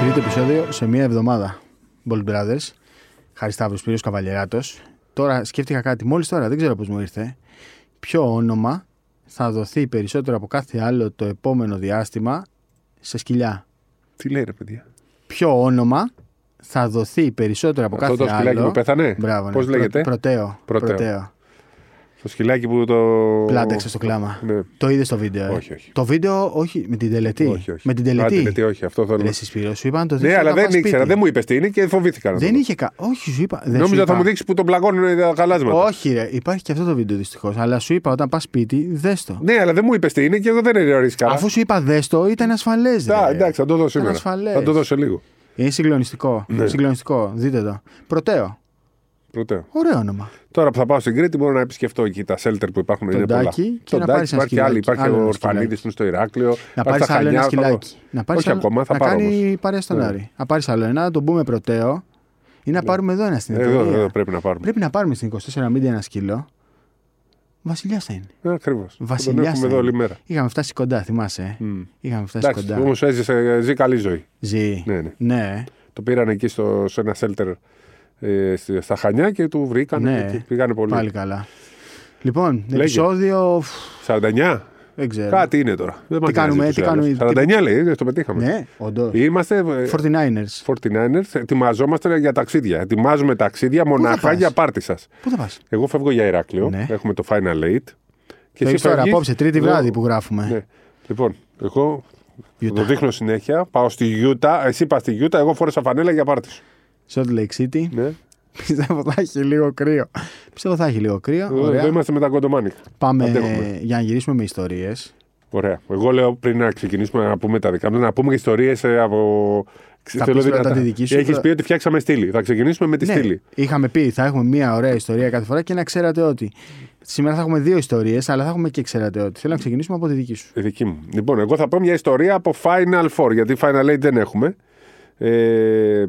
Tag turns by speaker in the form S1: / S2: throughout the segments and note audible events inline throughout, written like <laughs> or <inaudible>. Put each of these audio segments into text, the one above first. S1: Τρίτο επεισόδιο σε μία εβδομάδα. Bold Brothers. Χάρης Σταύρου Πύριο Καβαλιεράτος. Τώρα σκέφτηκα κάτι, μόλις τώρα δεν ξέρω πώς μου ήρθε. Ποιο όνομα θα δοθεί περισσότερο από κάθε άλλο το επόμενο διάστημα σε σκυλιά.
S2: Τι λέει ρε παιδιά.
S1: Ποιο όνομα θα δοθεί περισσότερο από
S2: Αυτό
S1: κάθε
S2: το σκυλάκι
S1: άλλο.
S2: που πέθανε.
S1: Μπράβο, ναι.
S2: Πώς
S1: Πρω-
S2: λέγεται.
S1: Πρωτέο.
S2: Πρωτέο. Το σκυλάκι που το.
S1: Πλάτεξε στο κλάμα.
S2: Ναι.
S1: Το είδες το βίντεο. ε?
S2: Όχι, όχι.
S1: Το βίντεο, όχι. Με την τελετή.
S2: Όχι, όχι.
S1: Με την
S2: Α,
S1: τελετή.
S2: τελετή, όχι. Αυτό θέλω.
S1: Ρε
S2: να-
S1: εσύ, Σπύρο, σου είπα να το δείξω.
S2: Ναι, αλλά
S1: όταν
S2: δεν
S1: πας
S2: ήξερα.
S1: σπίτι.
S2: Δεν μου είπες τι είναι και φοβήθηκα. να το
S1: Δεν
S2: δω.
S1: είχε. κα- Όχι, σου είπα. Δεν σου
S2: Νόμιζα θα
S1: είπα.
S2: μου δείξεις που τον πλακώνουν τα χαλάσματα.
S1: Όχι, ρε, υπάρχει και αυτό το βίντεο δυστυχώς. Αλλά σου είπα όταν πας σπίτι, δες το.
S2: Ναι, αλλά δεν μου είπες τι είναι και εγώ δεν ορίσει καλά.
S1: Αφού σου είπα δες το, ήταν ασφαλές.
S2: Τα, εντάξει, θα το δώσω σήμερα.
S1: ασφαλές.
S2: Θα το δώσω λίγο.
S1: Είναι συγκλονιστικό.
S2: Ναι.
S1: Συγκλονιστικό. Δείτε το. Πρωτέο.
S2: Πρωτέο.
S1: Ωραίο όνομα.
S2: Τώρα που θα πάω στην Κρήτη, μπορώ να επισκεφτώ εκεί τα σέλτερ που υπάρχουν.
S1: Τον
S2: είναι πολλά.
S1: Τάκη και
S2: Τον
S1: να
S2: Τάκη,
S1: πάρεις ένα
S2: υπάρχει άλλη.
S1: σκυλάκι,
S2: Υπάρχει
S1: άλλο
S2: ο
S1: ένα
S2: Ορφανίδης που είναι στο Ηράκλειο.
S1: Να
S2: πάρει
S1: πάρεις
S2: στα
S1: άλλο ένα
S2: Χανιά, θα πάω.
S1: σκυλάκι. Να πάρεις
S2: Όχι
S1: άλλο-
S2: ακόμα, θα
S1: να
S2: πάρω. όμως.
S1: κάνει παρέα στον
S2: Ναι.
S1: Άρη. Να πάρεις άλλο ένα, να τον πούμε πρωτέο ή να πάρουμε εδώ ένα στην
S2: Ε, Εδώ,
S1: εταιρεία.
S2: εδώ πρέπει να πάρουμε.
S1: Πρέπει να πάρουμε στην 24 μίλια ένα σκύλο. Βασιλιάς θα είναι.
S2: Ακριβώ. Τον
S1: Βασιλιάς
S2: έχουμε
S1: θα
S2: Ε, εδώ όλη
S1: είναι.
S2: μέρα.
S1: Είχαμε φτάσει κοντά, θυμάσαι. ε. Είχαμε φτάσει
S2: Εντάξει,
S1: κοντά.
S2: όμως έζησε, ζει καλή ζωή.
S1: Ζει.
S2: Ναι, ναι.
S1: Ναι.
S2: Το πήραν εκεί στο, σε ένα σέλτερ ε, στη- στα Χανιά και του βρήκαν
S1: Ναι.
S2: και πήγανε πολύ.
S1: Πάλι καλά. Λοιπόν,
S2: Λέγε.
S1: επεισόδιο. φου,
S2: 49.
S1: Δεν ξέρω.
S2: Κάτι είναι τώρα. Δεν μας
S1: κάνουμε,
S2: νοιάζει
S1: Ε, τι
S2: τους άλλους.
S1: κάνουμε,
S2: 49 λέει, ε, το πετύχαμε.
S1: Ναι, όντως.
S2: Είμαστε ε,
S1: 49ers.
S2: 49ers, ετοιμαζόμαστε για ταξίδια. Ετοιμάζουμε ταξίδια μοναχά
S1: πας?
S2: για πάρτι σας.
S1: Πού θα πας?
S2: Εγώ φεύγω για Ηράκλειο.
S1: Ναι.
S2: Έχουμε το Final Eight. Και
S1: Το έχεις τώρα
S2: φεύγεις.
S1: απόψε, τρίτη
S2: Εγώ-
S1: βράδυ που γράφουμε.
S2: Ναι. Λοιπόν, εγώ θα
S1: Utah.
S2: το δείχνω συνέχεια. Πάω στη Γιούτα. Εσύ πας στη Γιούτα. Εγώ φόρεσα φανέλα για πάρτι σου.
S1: Salt Lake City.
S2: Ναι.
S1: Πιστεύω θα έχει λίγο κρύο. Πιστεύω θα έχει λίγο κρύο.
S2: Εδώ-
S1: Ωραία.
S2: Εδώ είμαστε με τα κοντομάνικα.
S1: Πάμε
S2: Αντέχουμε.
S1: για να γυρίσουμε με ιστορίες.
S2: Ωραία. Εγώ λέω πριν να ξεκινήσουμε να πούμε τα δικά μας, να πούμε και ιστορίες από.
S1: Θα πεις πρώτα τη δική σου,
S2: Έχεις
S1: πρώτα.
S2: πει ότι φτιάξαμε στήλη. Θα ξεκινήσουμε με τη στήλη.
S1: Ναι, είχαμε πει θα έχουμε μία ωραία ιστορία κάθε φορά και να ξέρατε ότι. Σήμερα θα έχουμε δύο ιστορίες, αλλά θα έχουμε και ξέρατε ότι. Θέλω να ξεκινήσουμε από τη δική σου.
S2: Η δική μου. Λοιπόν, εγώ θα πω μια ιστορία από Final Four, γιατί Final Eight δεν έχουμε. Ε,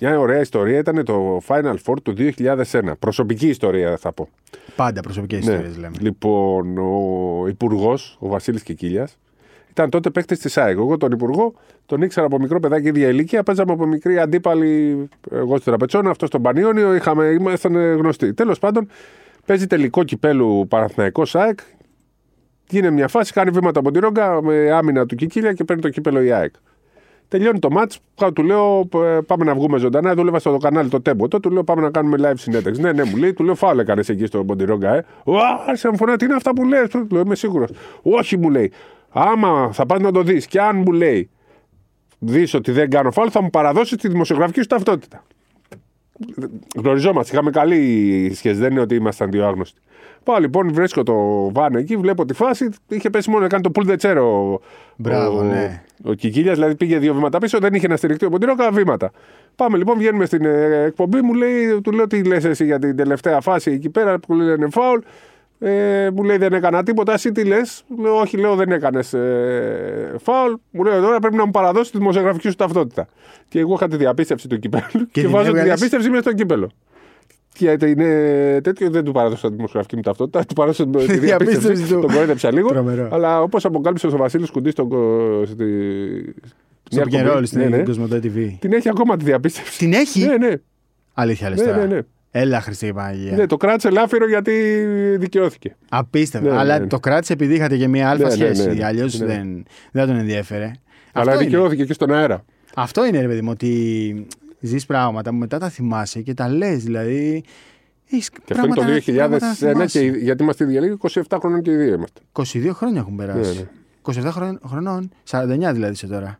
S2: μια ωραία ιστορία ήταν το Final Four του 2001. Προσωπική ιστορία θα πω.
S1: Πάντα προσωπικές
S2: Ναι.
S1: ιστορίες λέμε.
S2: Λοιπόν, ο υπουργός, ο Βασίλης Κικίλιας, ήταν τότε παίκτης της ΑΕΚ. Εγώ τον υπουργό τον ήξερα από μικρό παιδάκι ίδια ηλικία. Παίζαμε από μικρή αντίπαλη. Εγώ στο Τραπετσόνα, αυτός στον Πανιόνιο. Είχαμε, ήμασταν ε, γνωστοί. Τέλος πάντων, παίζει τελικό κυπέλου Παναθηναϊκός ΑΕΚ. Γίνεται μια φάση, κάνει βήματα από τη ρόγκα με άμυνα του Κικίλια και παίρνει το κύπελο η ΑΕΚ. Τελειώνει το μάτ. Του λέω «Ε, πάμε να βγούμε ζωντανά. Δούλευα στο κανάλι το Τέμπο. Τότε του λέω πάμε να κάνουμε live συνέντευξη. Ναι, ναι, μου λέει. Του λέω φάουλ έκανες εκεί στο Μποντιρόγκα. Ε. Ουά, σε φωνά, τι είναι αυτά που λες. Του λέω είμαι σίγουρος. Όχι, μου λέει. Άμα θα πας να το δεις. Και αν μου λέει δεις ότι δεν κάνω φάουλ, θα μου παραδώσεις τη δημοσιογραφική σου ταυτότητα. Γνωριζόμαστε. Είχαμε καλή σχέση. Δεν είναι ότι ήμασταν δύο άγνωστοι. Πάω λοιπόν, βρίσκω το βάνο εκεί, βλέπω τη φάση. Είχε πέσει μόνο να κάνει το πουλ δετσέρο.
S1: Μπράβο,
S2: ο,
S1: ναι.
S2: ο Κικίλιας δηλαδή πήγε δύο βήματα πίσω, δεν είχε να στηριχτεί ο Μποντινόκα, βήματα. Πάμε λοιπόν, βγαίνουμε στην ε, εκπομπή, μου λέει, του λέω τι λες εσύ για την τελευταία φάση εκεί πέρα που λένε φάουλ. Ε, μου λέει δεν έκανα τίποτα, εσύ τι λες. Λέω, όχι, λέω δεν έκανες ε, φάουλ. Μου λέει τώρα πρέπει να μου παραδώσεις τη δημοσιογραφική σου ταυτότητα. Και εγώ είχα τη διαπίστευση του κυπέλου και,
S1: την
S2: βάζω τη
S1: έβγαλες.
S2: διαπίστευση μέσα στο κύπελο. Και είναι τέτοιο, δεν του παράδωσα τη δημοσιογραφική μου ταυτότητα, του παράδωσα
S1: <laughs>
S2: τη
S1: Τη διαπίστευση
S2: διαπίστευση.
S1: του.
S2: Τον κορέδεψα λίγο.
S1: Τρομερό.
S2: Αλλά όπως αποκάλυψε ο Βασίλης Κουντής στον. κο- Στη...
S1: Στο
S2: μια εκπομπή,
S1: Πικερόλ στην
S2: ναι, ναι,
S1: Ελληνική Κοσμοτέ TV.
S2: Την έχει ακόμα τη διαπίστευση.
S1: Την έχει?
S2: Ναι, ναι.
S1: Αλήθεια λες
S2: Ναι,
S1: τώρα.
S2: ναι, ναι.
S1: Έλα Χριστή και Παναγία.
S2: ναι το κράτησε λάφυρο γιατί δικαιώθηκε.
S1: Απίστευτο.
S2: Ναι, ναι,
S1: αλλά
S2: ναι.
S1: το κράτησε επειδή είχατε και μία αλφα
S2: Ναι, ναι,
S1: σχέση.
S2: ναι, ναι.
S1: Αλλιώς
S2: Ναι.
S1: δεν, δεν τον ενδιέφερε.
S2: Αλλά
S1: αυτό, είναι.
S2: δικαιώθηκε και στον αέρα.
S1: αυτό είναι, ρε παιδί μου, ότι ζεις πράγματα που μετά τα θυμάσαι και τα λες. Δηλαδή. έχεις
S2: Και αυτό είναι το
S1: πράγματα να- πράγματα να
S2: 2001, και,
S1: θυμάσαι.
S2: γιατί είμαστε ίδια λίγοι, 27 χρόνων και οι δύο είμαστε.
S1: 22 χρόνια έχουν περάσει.
S2: Ναι, ναι.
S1: 27 χρον- χρονών, 49 δηλαδή σε τώρα.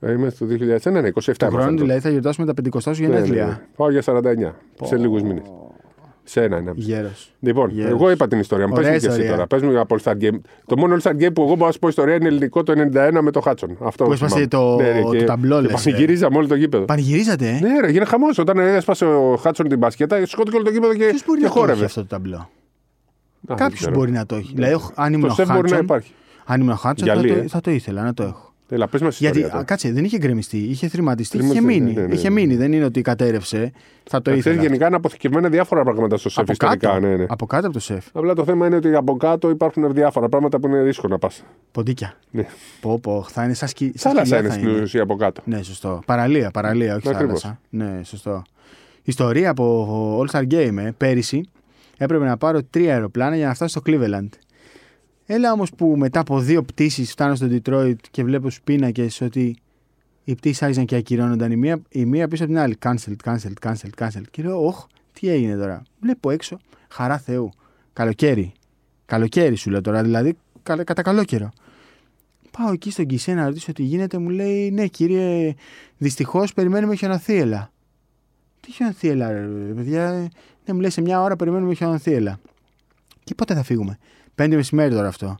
S2: Ε, Είμαστε το 2001, ναι, 27
S1: Το χρόνο
S2: ήμασταν τότε.
S1: δηλαδή θα γιορτάσουμε τα 50 σου
S2: Ναι, ναι,
S1: γενέθλια.
S2: ναι. Πάω για 49 σε λίγους μήνες. Σε ένα, ένα.
S1: Γέρος.
S2: Λοιπόν,
S1: Yes.
S2: εγώ είπα την ιστορία μου. Πες
S1: Ωραία
S2: μου και εσύ
S1: ιστορία.
S2: τώρα. Πες μου από All-Star Game. Το μόνο All-Star Game που εγώ μπορώ να σου πω ιστορία είναι ελληνικό το 91 με το Χάτσον. Αυτό
S1: Που
S2: θυμάμαι.
S1: έσπασε το-
S2: ναι, ρε,
S1: το
S2: και-
S1: ταμπλό,
S2: και
S1: λες, ε.
S2: Πανηγυρίζαμε όλο το γήπεδο.
S1: Πανηγυρίζατε, ε.
S2: Ναι, ρε, έγινε χαμός. Όταν έσπασε ο Χάτσον την μπασκέτα, σηκώθηκε όλο το γήπεδο και,
S1: Ποιος μπορεί
S2: και
S1: να το έχει
S2: χόρευε.
S1: αυτό το ταμπλό.
S2: Α, δεν
S1: Κάποιος
S2: ξέρω.
S1: μπορεί να το έχει. Δηλαδή, ο- αν ήμουν
S2: Το
S1: ο
S2: σεφ μπορεί να
S1: Χάτσον.
S2: υπάρχει.
S1: Αν ήμουν ο Χάτσον, θα,
S2: Γυαλί,
S1: το-
S2: ε.
S1: θα το ήθελα να το έχω.
S2: Έλα, πες μας ιστορία.
S1: Γιατί,
S2: τώρα.
S1: α, κάτσε, δεν είχε γκρεμιστεί, είχε θρηματιστεί, είχε
S2: Θρημιστεί,
S1: μείνει.
S2: ναι, ναι, ναι.
S1: Είχε μείνει, δεν είναι ότι κατέρευσε. Θα το
S2: Ξέρεις,
S1: ήθελα.
S2: γενικά είναι αποθηκευμένα διάφορα πράγματα στο σεφ
S1: από, κάτω,
S2: ιστορικά. Ναι, ναι.
S1: από κάτω από το σεφ.
S2: Απλά το θέμα είναι ότι από κάτω υπάρχουν διάφορα πράγματα που είναι δύσκολο να πας.
S1: Ποντίκια.
S2: Ναι.
S1: Πω, πω, θα είναι σαν σκι... σαν
S2: Θάλασσα
S1: σκυλιά
S2: είναι
S1: θα
S2: στην ουσία από κάτω.
S1: Ναι, σωστό. Παραλία, παραλία, όχι
S2: Ακριβώς.
S1: θάλασσα. Ναι, σωστό. Ιστορία από All Star Game. ε. Πέρυσι έπρεπε να πάρω τρία αεροπλάνα για να φτάσω στο Cleveland. Έλα όμως που μετά από δύο πτήσεις φτάνω στο Detroit και βλέπω στου πίνακε ότι οι πτήσεις άρχισαν και ακυρώνονταν η μία, η μία πίσω από την άλλη. Cancelled, cancelled, cancelled, cancelled. Και λέω, Ωχ, τι έγινε τώρα. Βλέπω έξω, χαρά Θεού. Καλοκαίρι. Καλοκαίρι σου λέω τώρα, δηλαδή κα- κατά καλό καιρό. Πάω εκεί στον Κισέ να ρωτήσω τι γίνεται, μου λέει Ναι, κύριε, δυστυχώς περιμένουμε χιονοθύελα. Τι χιονοθύελα, ρε παιδιά. Ναι, μου λέει σε μια ώρα περιμένουμε χιονοθύελα. Και πότε θα φύγουμε. Πέντε μεσημέρι τώρα αυτό.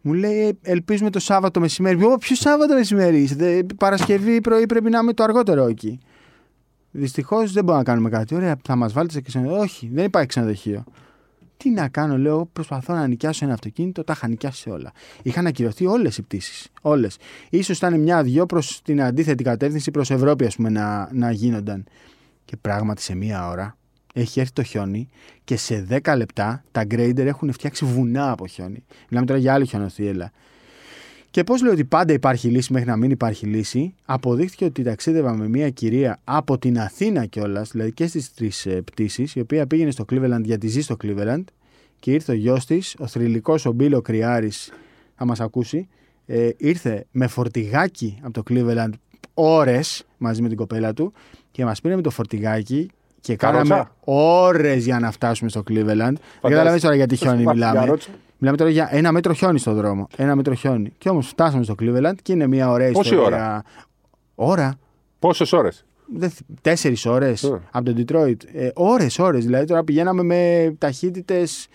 S1: Μου λέει, «Ε, ελπίζουμε το Σάββατο μεσημέρι. Ω, ποιο Σάββατο μεσημέρι είσαι. Δε- Παρασκευή πρωί πρέπει να είμαι το αργότερο εκεί. Δυστυχώς δεν μπορούμε να κάνουμε κάτι. Ωραία, θα μας βάλετε σε ξενοδοχείο. Όχι, δεν υπάρχει ξενοδοχείο. Τι να κάνω, λέω, προσπαθώ να νοικιάσω ένα αυτοκίνητο, τα είχα νοικιάσει όλα. Είχαν ακυρωθεί όλες οι πτήσεις. Όλες. σω ήταν μια-δυο προς την αντίθετη κατεύθυνση προς Ευρώπη, ας πούμε, να, να γίνονταν. Και πράγματι σε μία ώρα έχει έρθει το χιόνι και σε 10 λεπτά τα grader έχουν φτιάξει βουνά από χιόνι. Μιλάμε τώρα για άλλη χιονοθύελα. Και πώς λέω ότι πάντα υπάρχει λύση μέχρι να μην υπάρχει λύση, αποδείχθηκε ότι ταξίδευα με μια κυρία από την Αθήνα κιόλας, δηλαδή και στις τρεις πτήσεις, η οποία πήγαινε στο Cleveland γιατί ζει στο Cleveland και ήρθε ο γιος της, ο θρηλυκός ο Μπίλο Κρυάρη, θα μας ακούσει. Ε, ήρθε με φορτηγάκι από το Cleveland ώρες μαζί με την κοπέλα του και μας πήρε με το φορτηγάκι και
S2: Καρότσα.
S1: κάναμε ώρες για να φτάσουμε στο Cleveland. Δεν καταλαβαίνεις τώρα γιατί χιόνι
S2: Υπάρχει
S1: μιλάμε.
S2: καρότσα.
S1: Μιλάμε τώρα για ένα μέτρο χιόνι στον δρόμο. Ένα μέτρο χιόνι. Και όμως φτάσαμε στο Cleveland και είναι μια ωραία
S2: Πόση
S1: ιστορία. Ώρα.
S2: Πόσες ώρες.
S1: Δεν θυ- Τέσσερις ώρες
S2: Ε.
S1: από το Detroit. Ε, ώρες, ώρες. Δηλαδή τώρα πηγαίναμε με ταχύτητες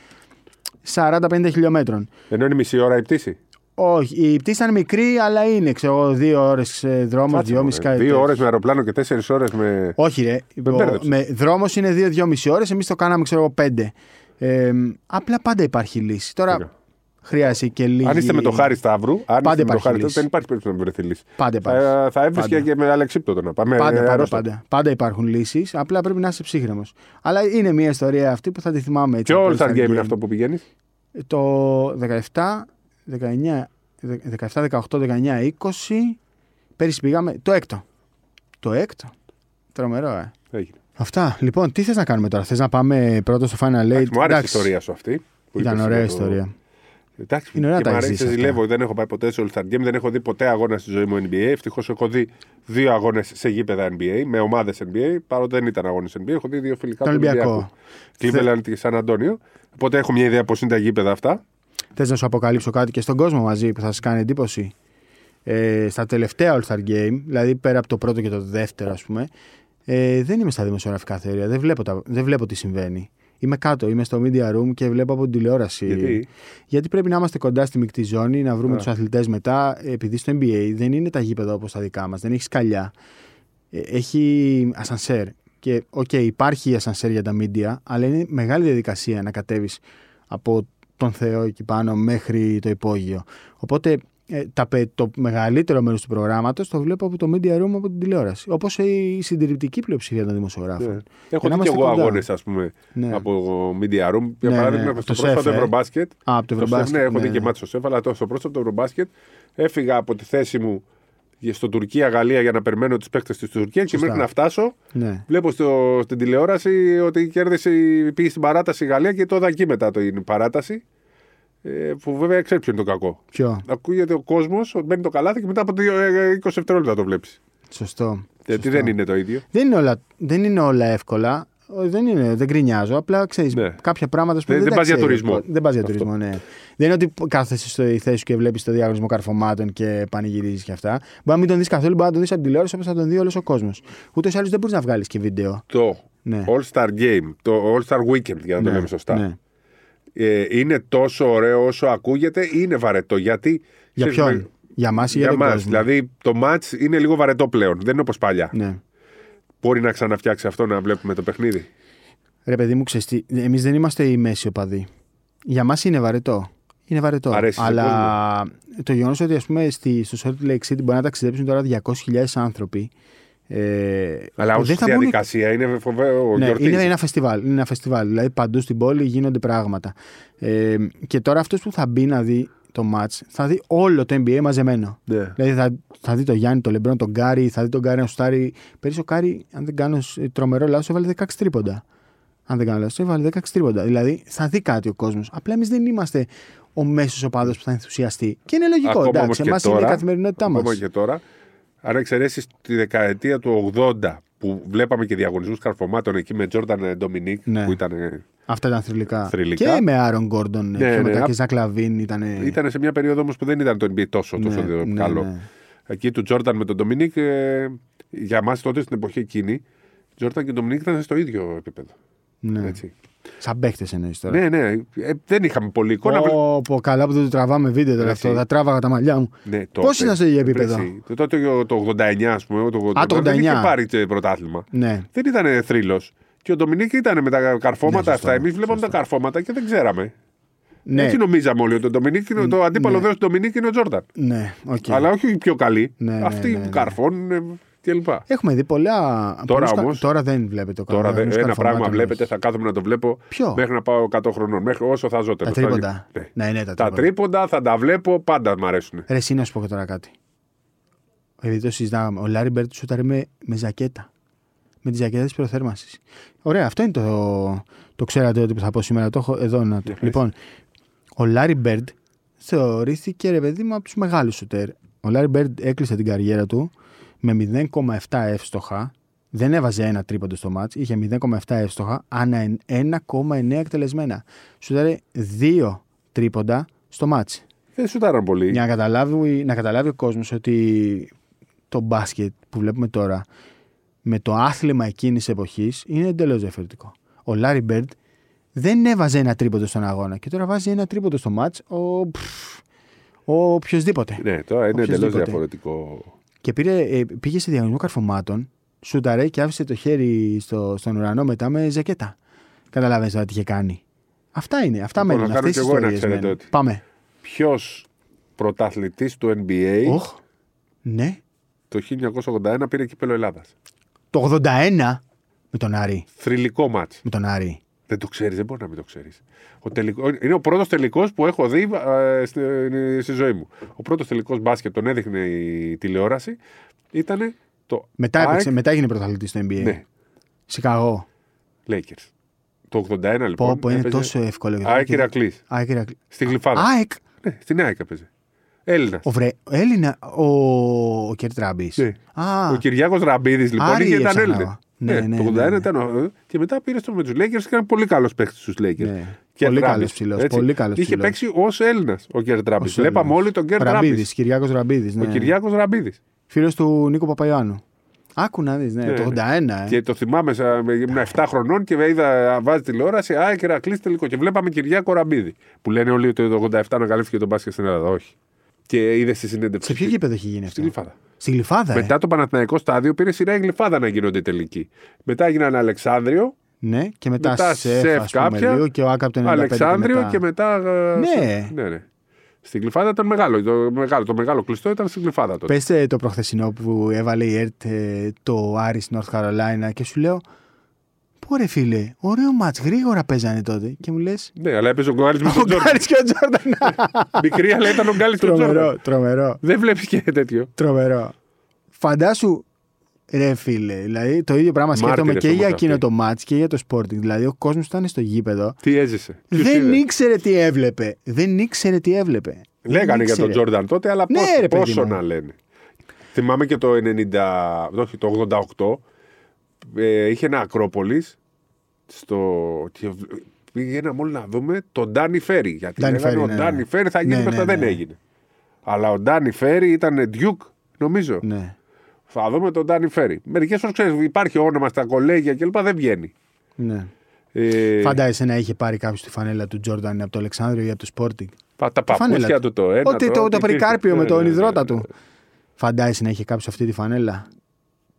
S1: 40-50 χιλιόμετρων.
S2: Ενώ είναι μισή ώρα η πτήση.
S1: Όχι, η πτήση ήταν μικρή, αλλά είναι, ξέρω εγώ, δύο ώρες ε, δρόμος,
S2: Κάτσε,
S1: δυόμιση
S2: μωρέ.
S1: κάτι.
S2: Δύο
S1: τέτοιο.
S2: ώρες με αεροπλάνο και τέσσερις ώρες με.
S1: Όχι, ρε.
S2: Με
S1: Ο-
S2: μπέρδεψες.
S1: με δρόμος είναι δύο-δυόμιση ώρες. Εμείς το κάναμε, ξέρω εγώ, πέντε. Ε, μ, απλά πάντα υπάρχει λύση. Τώρα
S2: Ωραία.
S1: χρειάζεται και λίγη.
S2: Αν είστε με το Χάρη Σταύρου, αν
S1: Πάντα
S2: είστε με το
S1: υπάρχει
S2: Χάρη Σταύρου,
S1: λύση.
S2: δεν υπάρχει περίπτωση να βρεθεί λύση. Ε,
S1: Πάντα υπάρχει.
S2: Θα, θα έβρισκε
S1: Πάντα.
S2: και με αλεξίπτωτο να πάμε.
S1: Πάντα, πάντα,
S2: αερόστατο.
S1: πάντα. Πάντα υπάρχουν λύσεις. Απλά πρέπει να είσαι ψύχρεμος. Αλλά είναι μια ιστορία αυτή που θα τη θυμάμαι έτσι.
S2: Ποιο
S1: από
S2: All
S1: το
S2: Star Game είναι αυτό που πηγαίνεις.
S1: Το 17, 19, 17, 18, 19, 20. Πέρυσι πήγαμε. Το έκτο. Το έκτο. Τρομερό, ε.
S2: Έγινε.
S1: Αυτά. Λοιπόν, τι θες να κάνουμε τώρα. Θες να πάμε πρώτο στο Final Eight.
S2: Εντάξει, Μου άρεσε η
S1: Εντάξει.
S2: ιστορία σου αυτή. που
S1: Ήταν
S2: είπες
S1: ωραία
S2: για το-
S1: ιστορία.
S2: Εντάξει,
S1: Είναι ωραία
S2: και
S1: τα
S2: μ'
S1: έχεις
S2: αρέσει,
S1: ζήσει αυτά.
S2: ζηλεύω. Δεν έχω πάει ποτέ σε All Star Game, δεν έχω δει ποτέ αγώνα στη ζωή μου NBA. Ευτυχώς έχω δει δύο αγώνες σε γήπεδα NBA, με ομάδες NBA, παρότι δεν ήταν αγώνες NBA. Έχω δει δύο φιλικά
S1: Τον
S2: του
S1: Ολυμπιακό.
S2: Ολυμπιακού. Cleveland και Σαν Αντώνιο. Οπότε έχω μια ιδέα πώς είναι τα γήπεδα αυτά.
S1: Θες να σου αποκαλύψω κάτι και στον κόσμο μαζί που θα σας κάνει εντύπωση. Ε, στα τελευταία All Star Game, δηλαδή πέρα από το πρώτο και το δεύτερο, ας πούμε, ε, δεν είμαι στα δημοσιογραφικά θεωρία. Δεν βλέπω, τα, δεν βλέπω τι συμβαίνει. Είμαι κάτω, είμαι στο media room και βλέπω από την τηλεόραση.
S2: Γιατί?
S1: Γιατί πρέπει να είμαστε κοντά στη μεικτή ζώνη, να βρούμε
S2: Α.
S1: τους αθλητές μετά, επειδή στο NBA δεν είναι τα γήπεδα όπως τα δικά μας, δεν έχει σκαλιά. Ε, Έχει ασανσέρ. Και οκ, υπάρχει ασανσέρ για τα μίντια, αλλά είναι μεγάλη διαδικασία να κατέβεις από τον Θεό εκεί πάνω μέχρι το υπόγειο. Οπότε ε, τα, πε- το μεγαλύτερο μέρος του προγράμματος το βλέπω από το media room από την τηλεόραση. Όπως η συντηρητική πλειοψηφία των δημοσιογράφων.
S2: Ναι. Έχω
S1: να
S2: δει και
S1: είμαστε
S2: εγώ
S1: κοντά.
S2: αγώνες, ας πούμε,
S1: Ναι.
S2: από Media Room. Για
S1: Ναι,
S2: παράδειγμα,
S1: ναι,
S2: στο
S1: το
S2: πρόσφατο
S1: σεφ, ε.
S2: Ευρωμπάσκετ.
S1: Α, από το
S2: στο σεφ,
S1: Ευρωμπάσκετ,
S2: Ναι, έχω
S1: ναι,
S2: δει και
S1: ναι.
S2: μάτι στο σεφ, αλλά το, στο πρόσωπο του Ευρωμπάσκετ έφυγα από τη θέση μου για- στο Τουρκία-Γαλλία για να περιμένω του παίκτες της Τουρκία και
S1: Σωστά.
S2: μέχρι να φτάσω.
S1: Ναι.
S2: Βλέπω στο, στην τηλεόραση ότι κέρδισε, η- πήγε στην παράταση η Γαλλία και το εκεί μετά το είναι η παράταση. Ε, που βέβαια ξέρει ποιο είναι το κακό.
S1: Ποιο.
S2: Ακούγεται ο κόσμος ότι μπαίνει το καλάθι και μετά από δύο- ε, 20 δευτερόλεπτα το βλέπεις.
S1: Σωστό.
S2: Γιατί δεν είναι το ίδιο.
S1: Δεν είναι όλα, δεν είναι όλα εύκολα. Ο, Δεν, είναι, δεν γκρινιάζω. Απλά ξέρεις
S2: Ναι.
S1: κάποια πράγματα που
S2: Δεν-
S1: δεν,
S2: δεν
S1: τα
S2: πας για
S1: ξέρεις.
S2: τουρισμό.
S1: Δεν πας για
S2: Αυτό.
S1: τουρισμό, ναι. Δεν είναι ότι κάθεσαι στο η θέση σου και βλέπεις το διάγωνισμό καρφωμάτων και πανηγυρίζεις και αυτά. Μπορεί να μην τον δεις καθόλου, μπορεί να τον δεις από την τηλεόραση όπως θα τον δει όλος ο κόσμος. Ούτως ή άλλως δεν μπορείς να βγάλεις και βίντεο.
S2: Το
S1: Ναι.
S2: All Star Game, το All Star Weekend, για να το λέμε σωστά,
S1: Ναι.
S2: ε, είναι τόσο ωραίο όσο ακούγεται ή είναι βαρετό. Γιατί.
S1: Για
S2: ξέρεις, με-
S1: ποιον, για εμά ή για,
S2: Για
S1: τον
S2: μας.
S1: κόσμο.
S2: Δηλαδή το match είναι λίγο βαρετό πλέον. Δεν είναι όπως παλιά.
S1: Ναι.
S2: Μπορεί να ξαναφτιάξει αυτό να βλέπουμε το παιχνίδι.
S1: Ρε παιδί μου, ξέρεις τι, εμείς δεν είμαστε οι μέση οπαδοί. Για μας είναι βαρετό. είναι βαρετό.
S2: Αρέσει σε
S1: Αλλά το γεγονός ότι ας πούμε, στη, στο Salt Lake City μπορεί να ταξιδέψουν τώρα 200.000 άνθρωποι. Ε,
S2: Αλλά
S1: που
S2: ω
S1: δεν θα μπουν
S2: διαδικασία είναι φοβερό.
S1: ναι,
S2: γιορτής.
S1: είναι ένα φεστιβάλ. Είναι ένα φεστιβάλ. Δηλαδή παντού στην πόλη γίνονται πράγματα. Ε, και τώρα αυτός που θα μπει να δει το match θα δει όλο το NBA μαζεμένο.
S2: Ναι.
S1: Δηλαδή θα, θα δει το Γιάννη, το Λεμπρόν, τον Γκάρι, θα δει τον Γκάρι να σουτάρει. Πέρυσι ο Γκάρι, αν δεν κάνω σ- τρομερό λάθος, έβαλε 16 τρίποντα. Αν δεν κάνω λάθος, έβαλε 16 τρίποντα. Δηλαδή θα δει κάτι ο κόσμος. Απλά εμείς δεν είμαστε ο μέσος οπαδός που θα ενθουσιαστεί. Και είναι λογικό.
S2: Ακόμα όμως
S1: εντάξει, εμά
S2: και
S1: είναι η
S2: τώρα,
S1: καθημερινότητά μα.
S2: Ακόμα και τώρα, αν εξαιρέσεις τη δεκαετία του 80 που βλέπαμε και διαγωνισμούς καρφωμάτων εκεί με Τζόρνταν Ντομινίκ
S1: Ναι.
S2: που ήταν. ε,
S1: Αυτά ήταν θρηλυκά.
S2: Θρηλυκά.
S1: Και με Άρον Γκόρντον. πιο
S2: ναι,
S1: μετά
S2: απ-
S1: και Ζακ Λαβίν ήταν.
S2: Ε, Ήταν σε μια περίοδο όμως που δεν ήταν το NBA τόσο, τόσο
S1: Ναι, ναι,
S2: καλό.
S1: ναι.
S2: Εκεί του Τζόρνταν με τον Ντομινίκ, ε, για μας τότε στην εποχή εκείνη, Τζόρνταν και Ντομινίκ ήταν στο ίδιο επίπεδο.
S1: Ναι.
S2: Έτσι.
S1: Σαν παίχτες εννοείς τώρα.
S2: Ναι, ναι. Ε, δεν είχαμε πολύ εικόνα. βλέ-
S1: Πω, πω, καλά που δεν το τραβάμε βίντεο τώρα
S2: Ρε,
S1: αυτό.
S2: εσύ.
S1: Θα τράβαγα τα μαλλιά μου.
S2: Ναι, τότε.
S1: Πώς ήταν στο ίδιο επίπεδο?
S2: Πρέσι. Το- Τότε το 89, ας πούμε. Το 89,
S1: το
S2: Δεν
S1: 89.
S2: είχε πάρει ε, πρωτάθλημα.
S1: Ναι.
S2: Δεν ήταν θρύλος. Και ο Ντομινίκ ήταν με τα
S1: Ναι,
S2: καρφώματα
S1: σωστό,
S2: αυτά. Εμείς βλέπαμε
S1: σωστό.
S2: τα καρφώματα και δεν ξέραμε.
S1: Ναι,
S2: Έτσι νομίζαμε όλοι ότι ο Ντομινίκ είναι- το αντίπαλο ναι. του Ντομινίκ είναι ο Τζόρνταν.
S1: ναι, οκ.
S2: Αλλά όχι οι πιο καλοί.
S1: Ναι, ναι,
S2: Αυτοί
S1: ναι, ναι.
S2: που καρφώνουν ε, κλπ.
S1: Έχουμε δει πολλά. πολλούς κα-
S2: όμως-
S1: τώρα δεν βλέπετε το
S2: Τώρα
S1: κανόνα,
S2: δεν-
S1: κανόνες
S2: ένα
S1: καρφωμάτων,
S2: πράγμα
S1: όχι.
S2: βλέπετε, θα κάθομαι να το βλέπω
S1: Ποιο?
S2: μέχρι να πάω 100 χρονών. Μέχρι όσο θα ζω
S1: Τα
S2: τέλος πάντων.
S1: τρίποντα.
S2: Ναι.
S1: Ναι, ναι, τα
S2: Τα
S1: τρίποντα.
S2: τρίποντα θα τα βλέπω, πάντα μ' αρέσουν.
S1: Ρε, εσύ να σου πω και τώρα κάτι. Επειδή το συζητάγαμε, ο Λάρι Μπέρτ σούταρε με, με ζακέτα. Με τη ζακέτα της προθέρμανσης. Ωραία, αυτό είναι το. Το ξέρατε ότι θα πω σήμερα. Το έχω εδώ να το.
S2: πες.
S1: Λοιπόν, ο Λάρι Μπέρντ θεωρήθηκε ρε παιδί μου από τους μεγάλους σουτέρ. Ο Λάρι Μπέρντ έκλεισε την καριέρα του με 0,7 εύστοχα. Δεν έβαζε ένα τρίποντο στο μάτς, είχε 0,7 εύστοχα, ανά 1,9 εκτελεσμένα. Σουτάρε δύο τρίποντα στο μάτς.
S2: Δεν σου τάραν πολύ.
S1: Για να καταλάβει, να καταλάβει ο κόσμος ότι το μπάσκετ που βλέπουμε τώρα με το άθλημα εκείνης τη εποχής είναι εντελώς διαφορετικό. Ο Λάρι Μπέρντ δεν έβαζε ένα τρίποντο στον αγώνα και τώρα βάζει ένα τρίποντο στο μάτ ο, πφ, ο οποιοδήποτε.
S2: Ναι, τώρα είναι εντελώ
S1: Οποιοςδήποτε.
S2: διαφορετικό.
S1: Και πήρε, ε, πήγε σε διαγωνισμό καρφωμάτων, σούταρε και άφησε το χέρι στο, στον ουρανό μετά με ζακέτα. Καταλαβαίνεις τώρα τι είχε κάνει. Αυτά είναι, αυτά
S2: Λοιπόν,
S1: μένουν.
S2: να κάνω
S1: Αυτές οι
S2: κι εγώ ένα,
S1: ιστορίες
S2: ξέρετε
S1: μένουν.
S2: ότι.
S1: Πάμε.
S2: Ποιος πρωταθλητής του NBA
S1: Οχ, ναι.
S2: το 1981 πήρε κύπελο Ελλάδας.
S1: Το 81 με τον Άρη.
S2: Θρηλυκό μάτ.
S1: Με τον Άρη.
S2: Δεν το ξέρεις, δεν μπορεί να μην το ξέρεις. Τελικό... Είναι ο πρώτος τελικός που έχω δει ε, στη, στη ζωή μου. Ο πρώτος τελικός μπάσκετ τον έδειχνε η τηλεόραση. Ήταν το.
S1: Μετά,
S2: ΑΕΚ-
S1: έπαιξε, μετά έγινε πρωταθλητής στο NBA.
S2: Ναι,
S1: Σικαγό.
S2: Lakers. Το 81 λοιπόν.
S1: Πω, πω, είναι
S2: έπαιζε
S1: τόσο εύκολο. για τον
S2: ΑΕΚ
S1: Ηρακλής.
S2: Ηρακλή.
S1: ΑΕΚ Ηρακλή.
S2: Στη Γλυφάδα.
S1: ΑΕΚ.
S2: Ναι, στην ΑΕΚ έπαιζε. Έλληνας.
S1: Ο, βρε, ο Έλληνα. Ο, ο Κερτράμπη.
S2: Ναι.
S1: Α,
S2: Ο Κυριάκος Ραμπίδης λοιπόν
S1: Άρη
S2: είχε ήταν
S1: έψαχνα,
S2: Έλληνα.
S1: ναι, ναι,
S2: το 81
S1: ναι, ναι.
S2: ήταν. ο- ε, Και μετά πήρε στο με τους Λέγκερ και ήταν πολύ καλός παίχτη στου Λέγκερ.
S1: Ναι. Πολύ καλός ψηλός, πολύ καλός
S2: Είχε
S1: ψηλός.
S2: παίξει ως Έλληνας ο Κέρ Τράμπη.
S1: ο
S2: Βλέπαμε όλοι τον Κέρ Τράμπη.
S1: Ραμπίδης. Κυριάκος Ραμπίδης.
S2: Ο
S1: Ναι.
S2: Κυριάκος Ραμπίδης.
S1: Φίλος του Νίκο Παπαϊωάννου. Άκου να δεις, ναι,
S2: Ναι,
S1: το 81. ε.
S2: Και το θυμάμαι, σαν- ήμουν 7 χρονών και είδα, βάζει τηλεόραση, Α, και κλείσει τελικό. Και βλέπαμε Κυριάκο Ραμπίδη. Που λένε όλοι ότι το 87 ανακαλύφθηκε τον μπάσκετ στην Ελλάδα. Όχι. Και είδες στη συνέντευξη.
S1: Σε ποιο γήπεδο έχει γίνει
S2: Στη
S1: αυτό.
S2: Γλυφάδα.
S1: Στη Γλυφάδα. ε.
S2: Μετά το Παναθηναϊκό στάδιο πήρε σειρά η Γλυφάδα να γίνονται τελικοί. Μετά έγιναν Αλεξάνδριο,
S1: Ναι, και μετά,
S2: μετά
S1: σεφ,
S2: σεφ
S1: ας πούμε,
S2: κάποια,
S1: λίγο και ο Άκα από το 95
S2: Αλεξάνδριο και μετά. ε,
S1: Ναι.
S2: σε- ναι, ναι. Στην κλειφάδα ήταν μεγάλο. Το μεγάλο, το μεγάλο κλειστό ήταν στην κλειφάδα τότε.
S1: Πες ε, το προχθεσινό που έβαλε η ΕΡΤ ε, το Άρης στην North Carolina και σου λέω Πού ρε φίλε, ωραίο μάτς, γρήγορα παίζανε τότε και μου λες
S2: Ναι, αλλά έπαιζε ο Γκάλης με
S1: Ο
S2: τον Τζόρνταν.
S1: Γκάρις και ο
S2: <laughs>
S1: Τζόρνταν,
S2: Μικρή, αλλά ήταν ο
S1: <laughs>
S2: Γκάλης και ο Τζόρνταν.
S1: τρομερό, τρομερό,
S2: Δεν βλέπεις και τέτοιο.
S1: τρομερό Φαντάσου ρε φίλε, δηλαδή το ίδιο πράγμα
S2: Μάρτυρες
S1: σκέφτομαι και
S2: όμως
S1: για εκείνο
S2: αυτοί.
S1: το μάτς και για το Sporting δηλαδή ο κόσμος ήταν στο γήπεδο
S2: Τι έζησε. Ποιους
S1: δεν
S2: είδε?
S1: ήξερε τι έβλεπε, δεν ήξερε τι έβλεπε Δεν
S2: Λέγανε για τον
S1: ήξερε.
S2: Τζόρνταν τότε, αλλά
S1: Ναι,
S2: πόσο,
S1: ρε, παιδί
S2: πόσο
S1: μου.
S2: να λένε. Θυμάμαι και το 90, όχι, το 88, ε, είχε ένα Ακρόπολης. Στο... και Πήγαιναμε όλοι να δούμε τον Ντάνι Φέρι. Γιατί
S1: Ντάνι
S2: λέγανε
S1: Φέρι,
S2: ο
S1: ναι,
S2: Ντάνι
S1: ναι.
S2: Φέρι θα γίνει,
S1: Ναι,
S2: ναι,
S1: ναι,
S2: δεν
S1: ναι.
S2: έγινε. Αλλά ο Ντάνι Φέρι ήταν Duke, νομίζω.
S1: Ναι,
S2: Θα δούμε τον Ντάνι Φέρι. Μερικές φορές ξέρεις, υπάρχει όνομα στα κολέγια κλπ. Δεν βγαίνει.
S1: ναι
S2: Ε,
S1: Φαντάζεσαι να είχε πάρει κάποιος τη φανέλα του Τζόρνταν από το Αλεξάνδριο ή από το Sporting.
S2: τα- τα
S1: Τη φανέλα
S2: παπούτσια του το ένα.
S1: Ότι το,
S2: άλλο,
S1: το
S2: τι υπήρχε.
S1: περικάρπιο με
S2: Ναι, ναι,
S1: τον
S2: ναι,
S1: υδρότα
S2: ναι.
S1: του. Φαντάζεσαι να είχε κάποιος αυτή τη φανέλα.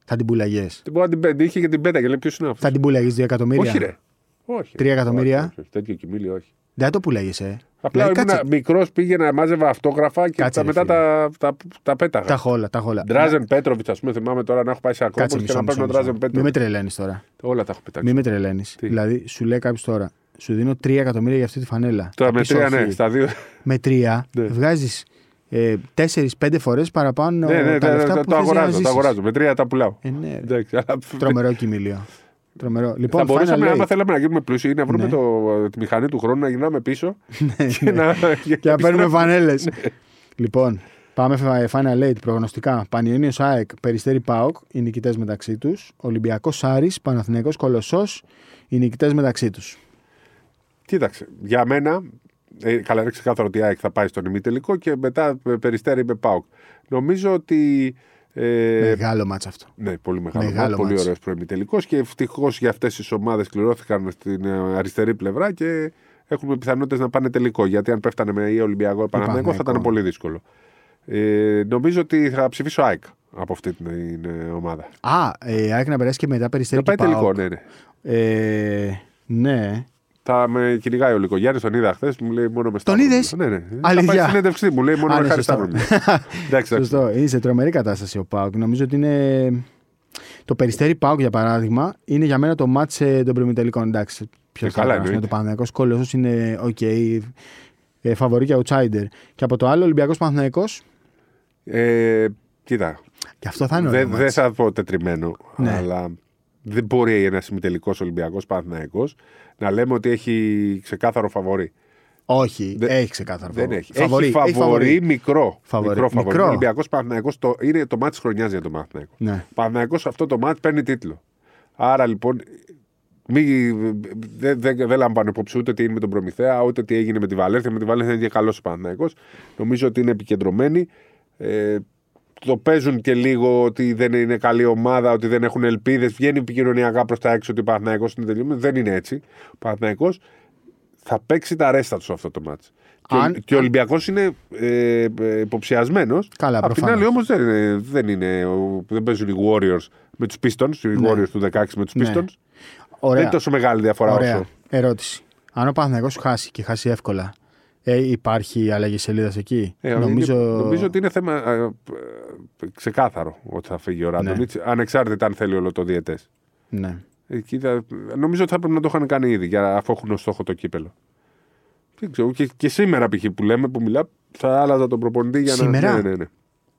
S1: Θα την πουλαγες.
S2: Τι μπορεί να την πέταγε, είχε και την πέταγε. Λέει ποιος είναι αυτός.
S1: Θα την πουλαγες 2 εκατομμύρια.
S2: Όχι, ρε. Όχι.
S1: Τρία εκατομμύρια.
S2: Όχι, όχι, όχι. Τέτοιο κοιμήλι, όχι.
S1: Δεν το που λέγεσαι.
S2: Απλά
S1: Δηλαδή,
S2: ήμουν
S1: κάτσε.
S2: μικρός, πήγαινα, μάζευα αυτόγραφα και
S1: Κάτσε,
S2: τα,
S1: ρε,
S2: μετά
S1: φίλε.
S2: τα, τα, τα πέταγα.
S1: Τα χόλα, τα χόλα.
S2: Ντράζεν Πέτροβιτ, ας πούμε, θυμάμαι τώρα να έχω πάει σε
S1: Κάτσε
S2: Ακρόπολη και
S1: μισό,
S2: να
S1: μισό,
S2: παίρνω Ντράζεν
S1: μισό. Μην
S2: Πέτροβιτ.
S1: με τρελαίνεις τώρα.
S2: Όλα τα έχω πετάξει.
S1: Μην με τρελαίνεις.
S2: Τι?
S1: Δηλαδή, σου λέει κάποιος τώρα, σου δίνω 3 εκατομμύρια για αυτή τη φανέλα.
S2: Τώρα
S1: Θα
S2: με
S1: πεις
S2: τρία, ναι,
S1: όχι.
S2: στα δύο.
S1: Με τρία
S2: Ναι.
S1: βγάζεις ε, 4-5 φορές παραπάνω
S2: Ναι, ναι,
S1: τα
S2: ναι,
S1: λεφτά
S2: ναι,
S1: που θες να
S2: το αγοράζω, το
S1: ζήσεις.
S2: αγοράζω. Με τρία τα πουλάω.
S1: Ε, ναι, ρε.
S2: Εντάξει, αλλά
S1: Τρομερό κοιμήλιο. Τρομερό. Λοιπόν,
S2: θα μπορούσαμε,
S1: Final Eight.
S2: άμα θέλαμε να γίνουμε πλούσιοι, να βρούμε
S1: Ναι.
S2: το, τη μηχανή του χρόνου, να γυρνάμε πίσω και <laughs> να, <laughs>
S1: Και να παίρνουμε φανέλε. λοιπόν, πάμε φα- Final Eight προγνωστικά. Πανιόνιος ΑΕΚ, Περιστέρη Πάοκ, οι νικητές μεταξύ τους. Ολυμπιακός Άρη, Παναθηναϊκός Κολοσσός, οι νικητές μεταξύ τους.
S2: Κοίταξε, για μένα, ε, καλά είναι ξεκάθαρο ότι η ΑΕΚ θα πάει στον ημιτελικό και μετά ε, περιστέρη με ΠΑΟΚ. Νομίζω ότι... Ε,
S1: Μεγάλο μάτσο αυτό.
S2: ναι, πολύ μεγάλο,
S1: μεγάλο
S2: μάτς, πολύ
S1: μάτς.
S2: ωραίος προημιτελικός και ευτυχώς για αυτές τις ομάδες κληρώθηκαν στην ε, αριστερή πλευρά και έχουμε πιθανότητες να πάνε τελικό. Γιατί αν πέφτανε με ή Ολυμπιακό ή Παναθηναϊκό θα ήταν
S1: Παναθηναϊκό.
S2: πολύ δύσκολο. Ε, νομίζω ότι θα ψηφίσω ΑΕΚ από αυτή την ε, ομάδα.
S1: Α, ε, ΑΕΚ να περάσει και μετά Περιστέρη
S2: Θα πάει
S1: και
S2: τελικό,
S1: ΠΑΟΚ.
S2: ναι, ναι.
S1: Ε, ναι.
S2: Θα με κυνηγάει ο Λικό. Γιάννη τον είδα χθες, μου λέει μόνο με
S1: Τον
S2: Σταύρο.
S1: είδες?
S2: Ναι, ναι.
S1: Αλήθεια.
S2: Θα πάει στη συνέντευξή μου, λέει μόνο
S1: Α,
S2: με
S1: ναι,
S2: Χάρη
S1: σωστό.
S2: Σταύρο.
S1: <laughs>
S2: Εντάξει, εντάξει.
S1: Σωστό. Είναι σε τρομερή κατάσταση ο Πάουκ. Νομίζω ότι είναι. Το περιστέρι Πάουκ, για παράδειγμα, είναι για μένα το μάτς ε, των προμητελικών. Εντάξει. Ποιος
S2: Ε,
S1: θα
S2: καλά,
S1: περάσει με
S2: εννοείται.
S1: το Παναθυναϊκό κόλλο, είναι οκ. Ε, φαβορή και outsider. Και από το άλλο, Ολυμπιακός Παναθυναϊκό.
S2: Ε, κοίτα,
S1: Και αυτό θα είναι ωραίο.
S2: δεν
S1: μάτς.
S2: δεν θα πω τετριμένο,
S1: Ναι.
S2: αλλά δεν μπορεί ένας ημιτελικός Ολυμπιακός Παναθυναϊκό να λέμε ότι έχει ξεκάθαρο φαβορή.
S1: Όχι,
S2: δεν-
S1: έχει ξεκάθαρο.
S2: Δεν
S1: φαβορί.
S2: έχει. έχει φαβορή, μικρό.
S1: Φαβορί.
S2: Μικρό φαβορή.
S1: Μικρό.
S2: Ο Ολυμπιακό Παναθυναϊκό είναι το μάτι της χρονιάς για τον Παναθυναϊκό.
S1: Ναι.
S2: Παναθυναϊκό αυτό το μάτι παίρνει τίτλο. Άρα λοιπόν. μη- Δεν δε, δε λαμβάνω υπόψη ούτε τι είναι με τον Προμηθέα, ούτε τι έγινε με τη Βαλένθια. Με τη Βαλένθια είναι και καλός ο Παναθυναϊκό. Νομίζω ότι είναι επικεντρωμένοι. Ε, το παίζουν και λίγο ότι δεν είναι καλή ομάδα, ότι δεν έχουν ελπίδες. Βγαίνει επικοινωνιακά προς τα έξω ότι ο Παναθυναϊκό είναι τελειωμένο. Δεν είναι έτσι. Ο Παναθυναϊκό θα παίξει τα ρέστα τους σε αυτό το μάτσο.
S1: Αν-
S2: Και ο Ολυμπιακός είναι ε, υποψιασμένος.
S1: Καλά,
S2: Απ' την
S1: προφανώς.
S2: άλλη όμως δεν, είναι- δεν, είναι, ο- δεν παίζουν οι Warriors με τους Pistons. Οι Warriors του 16 με τους
S1: Ναι.
S2: Pistons. Δεν
S1: Ωραία.
S2: είναι τόσο μεγάλη διαφορά
S1: Ωραία.
S2: όσο.
S1: Ερώτηση. Αν ο Παναθηναϊκός χάσει και χάσει εύκολα, ε, υπάρχει αλλαγή σελίδας εκεί.
S2: Ε,
S1: νομίζω...
S2: είναι- νομίζω ότι είναι θέμα ε, ε, ξεκάθαρο ότι θα φύγει ο Ράντονιτ, ανεξάρτητα αν θέλει όλο το διαιτέ.
S1: Ναι.
S2: Εκεί θα- νομίζω ότι θα πρέπει να το είχαν κάνει ήδη, για, αφού έχουν ως στόχο το κύπελο. Δεν ξέρω. Και, και σήμερα π.χ. που λέμε, που μιλά, θα άλλαζα τον προπονητή για
S1: Σήμερα?
S2: να. Ναι, ναι, ναι.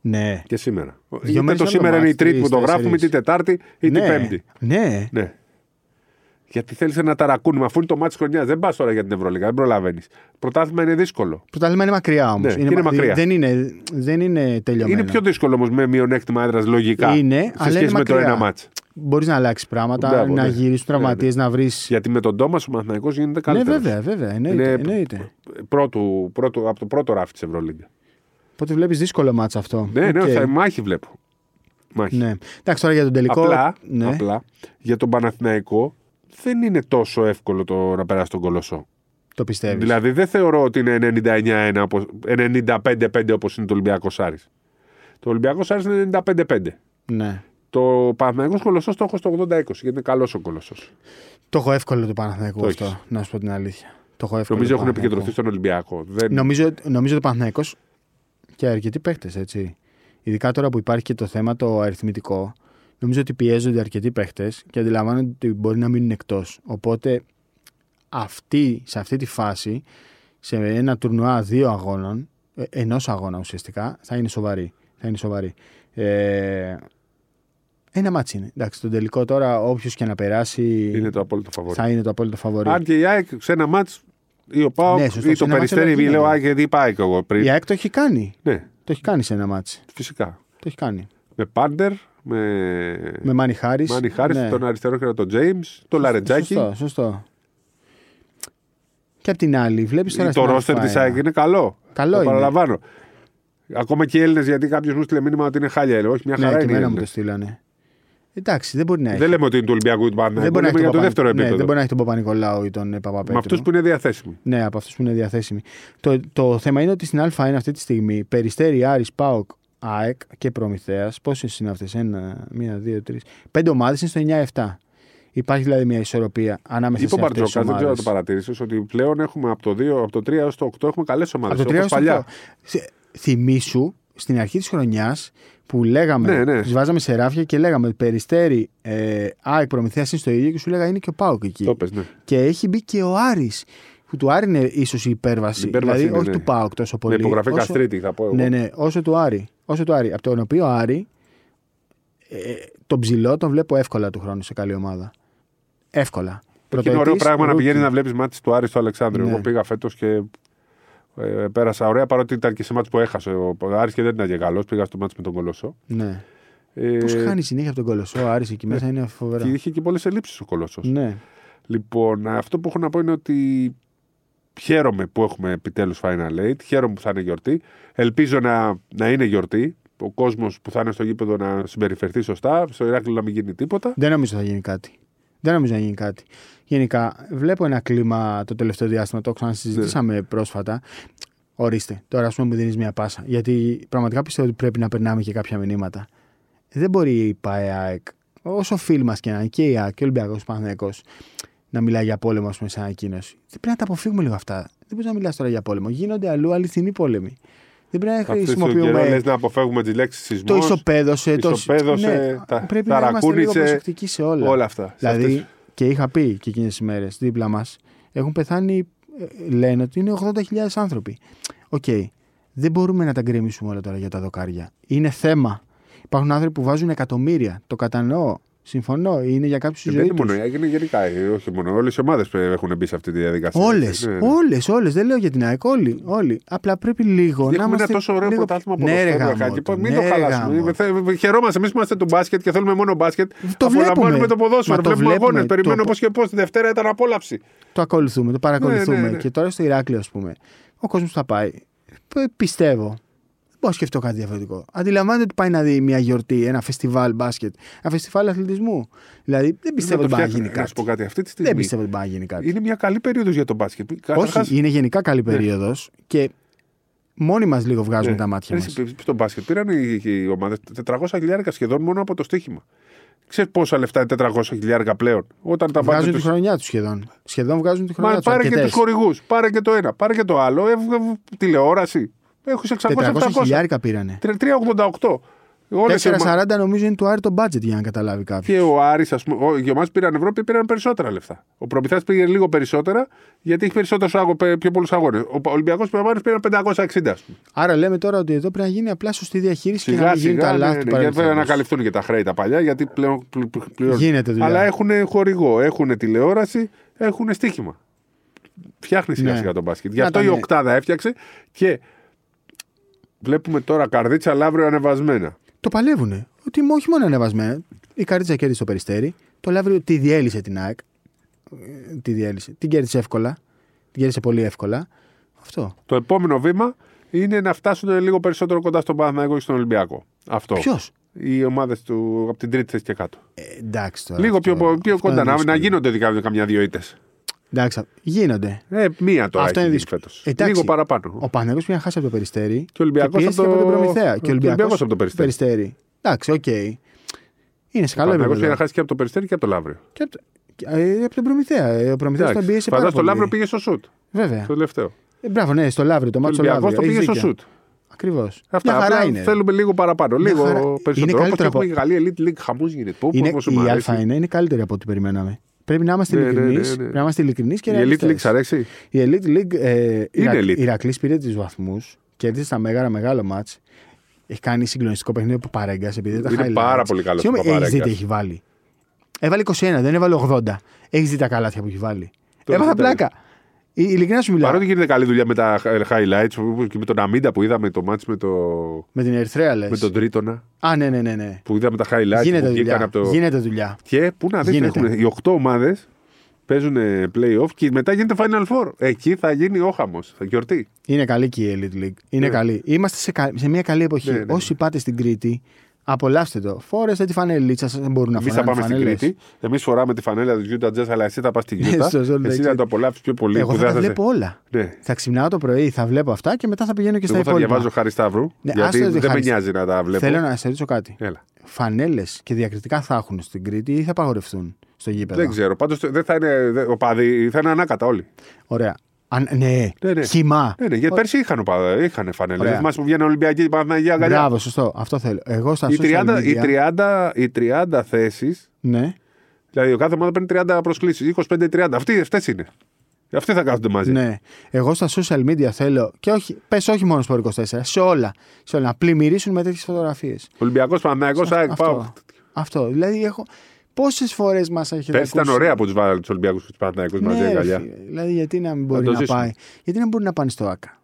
S1: Ναι.
S2: Και σήμερα.
S1: Δύο
S2: είτε
S1: μέρες
S2: το
S1: άλλο
S2: σήμερα
S1: μάτς,
S2: είναι η Τρίτη
S1: τρεις,
S2: που το γράφουμε,
S1: τέσσερις.
S2: είτε η Τετάρτη, είτε η
S1: ναι.
S2: Πέμπτη.
S1: Ναι.
S2: Ναι. Γιατί θέλεις ένα ταρακούνημα, αφού είναι το μάτι χρονιάς. Δεν πας τώρα για την Ευρωλίγα, δεν προλαβαίνεις. Πρωτάθλημα είναι δύσκολο.
S1: Πρωτάθλημα είναι μακριά όμως.
S2: Ναι, και είναι μακριά.
S1: Δεν είναι, δεν είναι τελειωμένο.
S2: Είναι πιο δύσκολο όμως με μειονέκτημα έδρα λογικά.
S1: Είναι,
S2: σε
S1: αλλά
S2: σχέση
S1: είναι
S2: με το
S1: μακριά.
S2: ένα μάτ.
S1: Μπορείς να αλλάξεις πράγματα,
S2: Μπράβο,
S1: να
S2: ναι.
S1: γυρίσεις τραυματίες, να βρεις.
S2: Γιατί με τον Τόμας ο Μαθηναϊκό γίνεται
S1: Ναι,
S2: καλύτερος.
S1: βέβαια, βέβαια. Εννοείται.
S2: Είναι-
S1: εννοείται.
S2: Πρώτου, πρώτου, από το πρώτο ράφι της Ευρωλίγκα.
S1: Οπότε βλέπεις δύσκολο μάτσα αυτό.
S2: Ναι, ναι,
S1: Οκ.
S2: θα, μάχη βλέπω. Μάχη.
S1: ναι. Εντάξει, τώρα για τον τελικό.
S2: Απλά,
S1: ναι.
S2: απλά για τον Παναθηναϊκό δεν είναι τόσο εύκολο το να περάσει τον Κολοσσό.
S1: Το πιστεύεις.
S2: Δηλαδή δεν θεωρώ ότι είναι 99-1 όπως- 95-5 όπως είναι το Ολυμπιακός Άρης. Το Ολυμπιακός Άρης είναι 95-5.
S1: Ναι.
S2: Το Παναθηναϊκός Κολοσσός το έχω στο 80-20 γιατί είναι καλός ο Κολοσσός.
S1: Το έχω εύκολο του Παναθηναϊκού
S2: Το
S1: αυτό,
S2: έχεις.
S1: να σου πω την αλήθεια. Το έχω εύκολο.
S2: Νομίζω
S1: του
S2: έχουν
S1: Παναθηναϊκού.
S2: επικεντρωθεί στον Ολυμπιακό. Δεν...
S1: Νομίζω, νομίζω ότι ο Παναθυναϊκό και αρκετοί παίχτε, έτσι. Ειδικά τώρα που υπάρχει και το θέμα το αριθμητικό, νομίζω ότι πιέζονται αρκετοί παίχτες και αντιλαμβάνονται ότι μπορεί να μείνουν εκτός. Οπότε αυτή, σε αυτή τη φάση, σε ένα τουρνουά δύο αγώνων, ενός αγώνα ουσιαστικά, θα είναι σοβαρή. Θα είναι σοβαρή. Ε, ένα μάτσι είναι. Εντάξει, τον τελικό τώρα, όποιος και να περάσει,
S2: Είναι το απόλυτο φαβόρι.
S1: θα είναι το απόλυτο φαβορή.
S2: Αν και η ΑΕΚ σε ένα μάτ ή ο Πάοκ
S1: Ναι, σωστό,
S2: ή
S1: σε
S2: το
S1: ένα μάτς όλα
S2: Περιστέρι, ή
S1: γίνονται.
S2: λέω ΑΕΚ γιατί είπα ΑΕΚ εγώ πριν.
S1: Η ΑΕΚ το έχει κάνει.
S2: Ναι,
S1: Το έχει κάνει σε ένα μάτσι.
S2: φυσικά.
S1: Το έχει κάνει.
S2: Με Πάντερ, με,
S1: Με Μάνι Χάρη.
S2: Μάνι Χάρη, τον αριστερό χέρα τον Τζέιμ, τον Λαρετζάκη.
S1: Σωστό, σωστό. Και απ' την άλλη, βλέπεις τώρα.
S2: Ε, Το
S1: στην
S2: ρόστερ
S1: Α1.
S2: τη ΑΕΚ είναι καλό.
S1: ναι. Καλό
S2: το
S1: είναι.
S2: παραλαμβάνω. Ακόμα και οι Έλληνες, γιατί κάποιος μου στείλε μήνυμα ότι είναι χάλια. Λέω, όχι, μια
S1: Ναι,
S2: χαρά
S1: και
S2: είναι. οι
S1: εμένα μου το
S2: Έλληνες.
S1: στείλανε. Εντάξει, δεν μπορεί να έχει.
S2: Δεν λέμε ότι είναι του Ολυμπιακού ή του Παναθηναϊκού,
S1: μπορεί να
S2: λέμε
S1: έχει τον
S2: για το
S1: Παπα-
S2: δεύτερο
S1: Ναι, δεν
S2: επίπεδο.
S1: μπορεί να έχει τον Παπα-Νικολάου ή τον ε, Παπαπέτρου.
S2: Με αυτούς που είναι διαθέσιμοι.
S1: Ναι, από αυτούς που είναι διαθέσιμοι. Το, το θέμα είναι ότι στην Α1 αυτή τη στιγμή περιστέρι Άρης, Πάοκ, ΑΕΚ και Προμηθέας. Πόσες είναι αυτές, ένα, μία, δύο, τρεις. Πέντε ομάδες είναι στο 9-7. Υπάρχει δηλαδή μια ισορροπία ανάμεσα
S2: Είπε ο
S1: σε αυτές τις
S2: Μπαρτζόκα, δεν ξέρω αν
S1: ομάδες.
S2: το παρατήρησε, ότι πλέον έχουμε από το, 2, από το 3 έως το 8 έχουμε καλές ομάδες.
S1: Από το 3 έως το 8.
S2: παλιά.
S1: Σε- Θυμήσου στην αρχή της χρονιάς που λέγαμε,
S2: Ναι, ναι.
S1: τις βάζαμε σε ράφια και λέγαμε Περιστέρι, ε, ΑΕΚ, Προμηθέας είναι στο ίδιο και σου λέγα είναι και ο Πάοκ εκεί.
S2: Το πες, ναι.
S1: Και έχει μπει και ο Άρης που του Άρη είναι ίσως η υπέρβαση.
S2: Η υπέρβαση
S1: δηλαδή,
S2: είναι,
S1: όχι
S2: ναι.
S1: του Πάοκ τόσο πολύ.
S2: Με υπογραφή
S1: όσο-
S2: Καστρίτη, θα πω εγώ.
S1: Ναι, ναι, όσο του Άρη. Όσο του Άρη. Από τον οποίο Άρη, ε, τον ψηλό τον βλέπω εύκολα του χρόνου σε καλή ομάδα. Εύκολα.
S2: Και είναι ωραίο
S1: Πρωτοετής,
S2: πράγμα να
S1: rookie.
S2: πηγαίνει να βλέπεις μάτι του Άρη στο Αλεξάνδριο.
S1: Ναι.
S2: Εγώ πήγα φέτος και ε, πέρασα ωραία, παρότι ήταν και σε μάτι που έχασε. Ο Άρης και δεν ήταν και καλός. Πήγα στο μάτι με τον Κολοσσό.
S1: Ναι.
S2: Ε,
S1: Πώς χάνει συνέχεια από τον Κολοσσό, ο Άρης εκεί μέσα είναι φοβερά.
S2: Και είχε και πολλές ελλείψεις ο Κολοσσός.
S1: Ναι.
S2: Λοιπόν, αυτό που έχω να πω είναι ότι χαίρομαι που έχουμε επιτέλους Final Eight. Χαίρομαι που θα είναι γιορτή. Ελπίζω να, να είναι γιορτή. Ο κόσμος που θα είναι στο γήπεδο να συμπεριφερθεί σωστά. Στο Ηράκλειο να μην γίνει τίποτα.
S1: Δεν νομίζω θα γίνει κάτι. Δεν νομίζω να γίνει κάτι. Γενικά, βλέπω ένα κλίμα το τελευταίο διάστημα, το ξανασυζητήσαμε πρόσφατα. Ορίστε, τώρα ας πούμε μου δίνεις μια πάσα. Γιατί πραγματικά πιστεύω ότι πρέπει να περνάμε και κάποια μηνύματα. Δεν μπορεί η ΠΑΕΑΕΚ, όσο φίλοι μας και να είναι, και η ΑΕΚ και ο Ολυμπιακός Παναγενικό, να μιλάει για πόλεμο, ας πούμε, σε ανακοίνωση. Δεν πρέπει να τα αποφύγουμε λίγο αυτά. Δεν μπορείς να μιλάς τώρα για πόλεμο. Γίνονται αλλού αληθινοί πόλεμοι. Δεν πρέπει να
S2: Αυτή την καιρό
S1: χρησιμοποιούμε
S2: λες να αποφεύγουμε τις λέξεις σεισμός.
S1: το ισοπαίδωσε. Ε, Το...
S2: Ισοπαίδωσε,
S1: ναι,
S2: τα-
S1: πρέπει
S2: τα
S1: να είμαστε λίγο
S2: ρακούνισε,
S1: προσεκτικοί σε όλα.
S2: όλα αυτά. Σε
S1: Δηλαδή,
S2: αυτές-
S1: και είχα πει και εκείνες τις μέρες δίπλα μας, έχουν πεθάνει, ε, λένε ότι είναι 80.000 άνθρωποι. Οκ. Δεν μπορούμε να τα γκρεμίσουμε όλα τώρα για τα δοκάρια. Είναι θέμα. Υπάρχουν άνθρωποι που βάζουν εκατομμύρια. Το κατανοώ. Συμφωνώ. Είναι για κάποιους η
S2: Ε, Δεν
S1: ζωή
S2: είναι
S1: τους.
S2: μόνο η ΑΕΚ, είναι γενικά. ε, Όχι μόνο. Όλες οι ομάδες έχουν μπει σε αυτή τη διαδικασία.
S1: Όλες,
S2: Ναι, ναι.
S1: όλες, όλες. Δεν λέω για την ΑΕΚ. Όλοι, όλοι. Απλά πρέπει λίγο να
S2: Έχουμε
S1: είμαστε.
S2: ένα τόσο ωραίο
S1: λίγο...
S2: πρωτάθλημα που
S1: ναι, ρε,
S2: ναι,
S1: γαμώτο,
S2: Μην
S1: ναι,
S2: το
S1: ρε,
S2: χαλάσουμε.
S1: γαμώτο.
S2: Θε- ε, Χαιρόμαστε. Εμείς είμαστε του μπάσκετ και θέλουμε μόνο μπάσκετ.
S1: Το βλέπουμε.
S2: Απολαμβάνουμε το ποδόσφαιρο.
S1: Μα το
S2: Βλέπουμε
S1: βλέπουμε.
S2: αγώνε. Περιμένω
S1: Το-
S2: πώς και πώς. Τη Δευτέρα ήταν απόλαυση.
S1: το ακολουθούμε, το παρακολουθούμε.
S2: Ναι, ναι, ναι.
S1: Και τώρα στο Ηράκλειο, ας πούμε, ο κόσμος θα πάει. Π- Πιστεύω. Δεν μπορώ να σκεφτώ κάτι διαφορετικό. Αντιλαμβάνεται ότι πάει να δει μια γιορτή, ένα φεστιβάλ μπάσκετ, ένα φεστιβάλ αθλητισμού. Δηλαδή δεν πιστεύω
S2: Να
S1: ότι
S2: το
S1: πάει να
S2: φτιάξουμε.
S1: γίνει
S2: Να σου πω
S1: κάτι.
S2: κάτι. Αυτή τη
S1: Δεν
S2: στιγμή
S1: πιστεύω ότι πάει να γίνει κάτι.
S2: είναι μια καλή περίοδος για το μπάσκετ. Καταρχάς,
S1: Όχι, είναι γενικά καλή περίοδος και μόνοι μας λίγο βγάζουμε
S2: ναι.
S1: τα μάτια μα.
S2: Εσύ, Στο μπάσκετ πήραν οι, οι ομάδες 400 χιλιάρικα σχεδόν μόνο από το στοίχημα. Ξέρεις πόσα λεφτά είναι 400 χιλιάρικα πλέον. Όταν τα βάζουν
S1: Βγάζουν
S2: τους-
S1: τη χρονιά τους σχεδόν. Σχεδόν βγάζουν τη
S2: Μα
S1: χρονιά τους.
S2: πάρε και τους χορηγούς. Πάρε και το ένα. Πάρε και το άλλο. Ε, βγα- τηλεόραση. Έχω
S1: 400
S2: 600-700.
S1: χιλιάρικα πήρανε.
S2: 388. Όλες οι ομα-
S1: 4,40 νομίζω είναι του Άρη το budget για να καταλάβει κάποιος.
S2: Και ο Άρης, ας πούμε, ο- οι ομάδε πήραν Ευρώπη πήραν περισσότερα λεφτά. Ο Προμηθέας πήγε λίγο περισσότερα γιατί έχει περισσότερους αγω- πε- πιο πολλούς αγώνες. Ο Ολυμπιακό Πειραμάνη πήραν 560, ας πούμε.
S1: Άρα λέμε τώρα ότι εδώ πρέπει να γίνει απλά σωστή διαχείριση και να
S2: Σιγά
S1: μην γίνουν τα
S2: σιγά.
S1: λάθη
S2: ναι,
S1: του
S2: ναι, Για βέβαια να
S1: παρελθόντος.
S2: καλυφθούν και τα χρέη τα παλιά γιατί πλέον πλ- πλ- πληρώνουν.
S1: Γίνεται δουλειά.
S2: Αλλά έχουν χορηγό, έχουν τηλεόραση, έχουν στοίχημα. Φτιάχνει σιγά
S1: Ναι.
S2: σιγά τον μπάσκετ. Γι'
S1: Να
S2: αυτό
S1: τα
S2: η
S1: ναι.
S2: οκτάδα έφτιαξε και βλέπουμε τώρα καρδίτσα λαύριο ανεβασμένα.
S1: Το παλεύουνε. Ότι μ- όχι μόνο ανεβασμένα. Η Καρίτσα κέρδισε το περιστέρι. Το Λαύριο τη διέλυσε την ΑΕΚ. Ε, Τη διέλυσε. Την κέρδισε εύκολα. Την κέρδισε πολύ εύκολα. Αυτό.
S2: Το επόμενο βήμα είναι να φτάσουν λίγο περισσότερο κοντά στον Παναθηναϊκό και στον Ολυμπιακό. Αυτό.
S1: Ποιος.
S2: Οι ομάδες του από την τρίτη θέση και κάτω.
S1: Ε, εντάξει τώρα.
S2: λίγο
S1: αυτό-
S2: πιο, πιο
S1: αυτό
S2: κοντά.
S1: είναι
S2: Να, να
S1: δύσκολο.
S2: γίνονται δηλαδή καμιά δύο ήττες.
S1: Εντάξει, α- γίνονται.
S2: Ε, μία τώρα.
S1: Αυτό είναι
S2: έχει γίνει
S1: δύσκολο. Ε,
S2: φέτος.
S1: Εντάξει.
S2: Λίγο παραπάνω.
S1: Ο Παναγό πήγε να χάσει από το περιστέρι.
S2: Και ο Ολυμπιακός
S1: πιέστηκε
S2: από το-
S1: από τον Προμηθέα. Και
S2: ο
S1: ο Ολυμπιακός
S2: Ολυμπιακός από το Περιστέρι.
S1: Εντάξει, οκ. Είναι σε
S2: Ο
S1: καλό
S2: Παναθηναϊκός πήγε
S1: επίπεδο.
S2: να χάσει και από το περιστέρι και από το Λαύριο.
S1: Και από, το- και, ε, από τον Προμηθέα. Ε, Ο Προμηθέας τον πίεσε πάρα
S2: Φαντάζομαι το
S1: πολύ.
S2: Λαύριο πήγε στο σουτ.
S1: Βέβαια.
S2: Το τελευταίο.
S1: Ε, μπράβο, ναι, στο Λαύριο, το
S2: Ο
S1: μάτσο
S2: Ολυμπιακός
S1: Λαύριο.
S2: το πήγε στο σουτ.
S1: Ακριβώς.
S2: Αυτά
S1: Μια χαρά
S2: απλά
S1: είναι.
S2: θέλουμε λίγο παραπάνω.
S1: Μια
S2: Λίγο
S1: χαρά. Είναι
S2: περισσότερο. Όπως
S1: καλύτερο από-
S2: έχουμε και καλή elite league, χαμός γίνεται. Πω,
S1: Είναι,
S2: πόσο μου
S1: η
S2: αρέσει.
S1: Α είναι, είναι καλύτερη από ό,τι περιμέναμε. Πρέπει να είμαστε
S2: Ναι, ναι, ναι,
S1: ειλικρινείς.
S2: ναι.
S1: Πρέπει να είμαστε ειλικρινείς και
S2: Η elite
S1: ρεαλιστές.
S2: league σ' αρέσει.
S1: Η Elite League. Ε,
S2: Είναι elite.
S1: Η Ηρακλής πήρε του βαθμούς. Κέρδισε στα μέγαρα μεγάλο μάτ. Έχει κάνει συγκλονιστικό παιχνίδι από παρέγκας. Επειδή δεν τα
S2: Είναι
S1: highlights.
S2: πάρα πολύ καλός
S1: Συγγνώμη,
S2: ο Παπαρέγκας.
S1: έχεις δει τι έχει βάλει. Έβαλε 21, δεν έβαλε 80. Έχεις δει τα καλάθια που έχει βάλει.
S2: Το
S1: Έβαλα
S2: δείτε, ρε.
S1: πλάκα. Ε, Ειλικρινά σου μιλάω.
S2: Παρότι γίνεται καλή δουλειά με τα ε, highlights όπως και με τον Αμίντα που είδαμε το μάτς με, το...
S1: Με την Ερυθρέα λες.
S2: με τον Τρίτονα
S1: Α, ναι, ναι, ναι. ναι.
S2: που είδαμε τα highlights
S1: Γίνεται
S2: που βγήκαν
S1: δουλειά.
S2: από το.
S1: Γίνεται δουλειά.
S2: Και πού να δεις,
S1: Γίνεται.
S2: έχουν, οι 8 ομάδες παίζουν ε, play-off και μετά γίνεται Final Four. Εκεί θα γίνει όχαμος, θα γιορτή.
S1: Είναι καλή και η Elite League. Είναι καλή. Είμαστε σε, κα- σε μια καλή εποχή.
S2: Ναι, ναι, ναι.
S1: Όσοι πάτε στην Κρήτη, απολαύστε το. Φόρεστε τη φανελίτσα σα. Δεν μπορούν να
S2: Εμείς θα
S1: φοράνε
S2: πάμε στην
S1: φανέλες. Ε,
S2: Κρήτη. Εμείς φοράμε τη φανέλα του Utah Jazz, αλλά εσύ θα πας στην Utah.
S1: Στο Salt Lake
S2: εσύ θα
S1: City.
S2: το απολαύσεις πιο πολύ.
S1: Εγώ
S2: που
S1: θα
S2: δεν
S1: τα
S2: σε-
S1: βλέπω όλα.
S2: Ναι.
S1: Θα ξυπνάω το πρωί, θα βλέπω αυτά και μετά θα πηγαίνω και στα
S2: Εγώ θα
S1: υπόλοιπα.
S2: διαβάζω Χάρη Σταύρου.
S1: Ναι,
S2: γιατί
S1: άστο το
S2: δεν με
S1: Χάρη.
S2: νοιάζει να τα βλέπω. Ε.
S1: Θέλω να σε ρωτήσω κάτι.
S2: Έλα.
S1: φανέλες και διακριτικά θα έχουν στην Κρήτη ή θα απαγορευτούν στο γήπεδο.
S2: Δεν ξέρω. Πάντως δεν θα είναι δε- οπαδοί, θα είναι ανάκατα όλοι.
S1: Ωραία. Αν, ναι,
S2: Ναι, ναι.
S1: χυμά.
S2: Ναι, ναι, γιατί πέρσι είχαν, οπαδά, είχαν φανέλες.
S1: Ωραία.
S2: Δεν θυμάσαι που βγαίνουν Ολυμπιακοί και Παναγία αγκαλιά.
S1: Μπράβο, σωστό. Αυτό θέλω. Εγώ στα
S2: Οι
S1: social
S2: 30, οι
S1: media-
S2: 30, οι 30 θέσεις,
S1: Ναι,
S2: δηλαδή ο κάθε ομάδα παίρνει 30 προσκλήσει, 25-30. Αυτές είναι. Αυτοί θα κάθονται μαζί.
S1: ναι. Εγώ στα social media θέλω. Και όχι, πες όχι μόνο στο 24, σε όλα. Σε όλα. Να πλημμυρίσουν με τέτοιες φωτογραφίες.
S2: Ολυμπιακός, Παναγιακό, ΑΕΚ,
S1: Αυτό.
S2: πάω.
S1: Αυτό. Δηλαδή έχω. Πόσες φορές μας έχετε
S2: Πέρσι ήταν
S1: ακούσει-
S2: ωραία που τους βάλανε τους Ολυμπιακούς και του Παναγιακού μαζί
S1: Ναι, ρε,
S2: αγκαλιά.
S1: φίλε. δηλαδή, γιατί να μην μπορεί
S2: το
S1: να,
S2: ζήσουμε.
S1: πάει. Γιατί να μπορεί να πάνε στο ΑΚΑ.